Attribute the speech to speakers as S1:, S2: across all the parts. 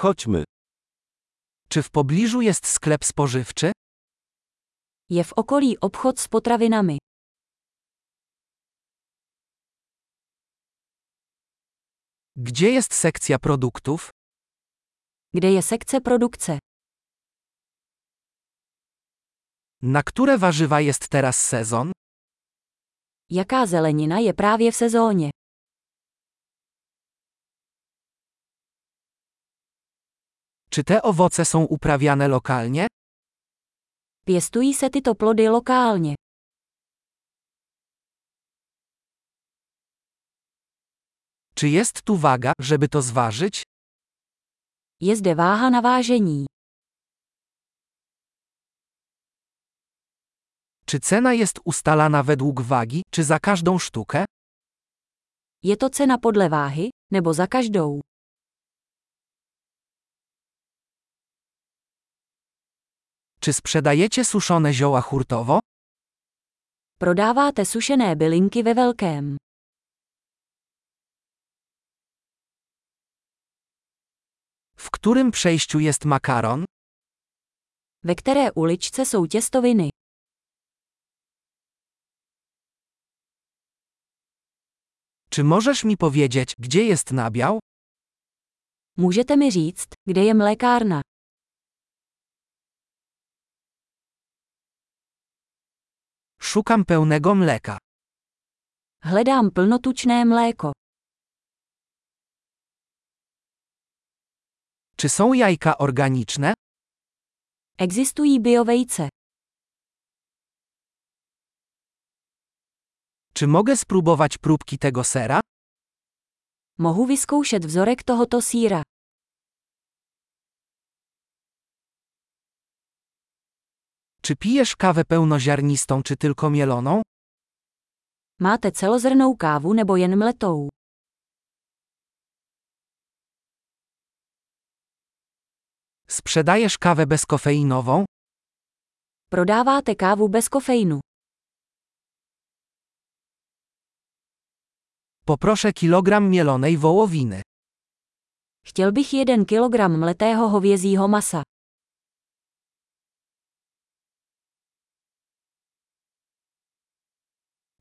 S1: Chodźmy. Czy w pobliżu jest sklep spożywczy?
S2: Je v okolí obchod s potravinami.
S1: Gdzie jest sekcja produktów?
S2: Kde je sekce produkce?
S1: Na które warzywa jest teraz sezon?
S2: Jaká zelenina je právě v sezóně?
S1: Czy te owoce są uprawiane lokalnie?
S2: Pěstují se tyto plody lokálně.
S1: Czy jest tu waga, żeby to zważyć?
S2: Je zde váha na vážení.
S1: Czy cena jest ustalana według wagi, czy za każdą sztukę?
S2: Je to cena podle váhy, nebo za každou?
S1: Czy sprzedajecie suszone zioła hurtowo?
S2: Prodáváte sušené bylinky ve velkém.
S1: W którym przejściu jest makaron?
S2: Ve které uličce jsou těstoviny?
S1: Czy możesz mi powiedzieć, gdzie jest nabiał?
S2: Můžete mi říct, kde je mlékárna?
S1: Szukam pełnego mleka.
S2: Hledám plnotučné mléko.
S1: Czy są jajka organiczne?
S2: Existují biovejce.
S1: Czy mogę spróbować próbki tego sera?
S2: Mohu vyzkoušet vzorek tohoto síra.
S1: Czy pijesz kawę pełnoziarnistą czy tylko mieloną?
S2: Máte celozrnou kávu nebo jen mletou?
S1: Sprzedajesz kawę bezkofeinową?
S2: Prodáváte kávu bez kofeinu.
S1: Poproszę kilogram mielonej wołowiny.
S2: Chtěl bych jeden kilogram mletého hovězího masa.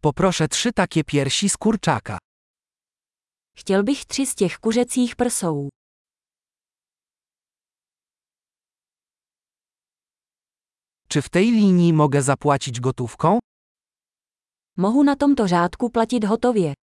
S1: Poproszę trzy takie piersi z kurczaka.
S2: Chtěl bych tři z těch kuřecích prsou.
S1: Czy w tej linii mogę zapłacić gotówką?
S2: Mohu na tomto řádku platit hotově.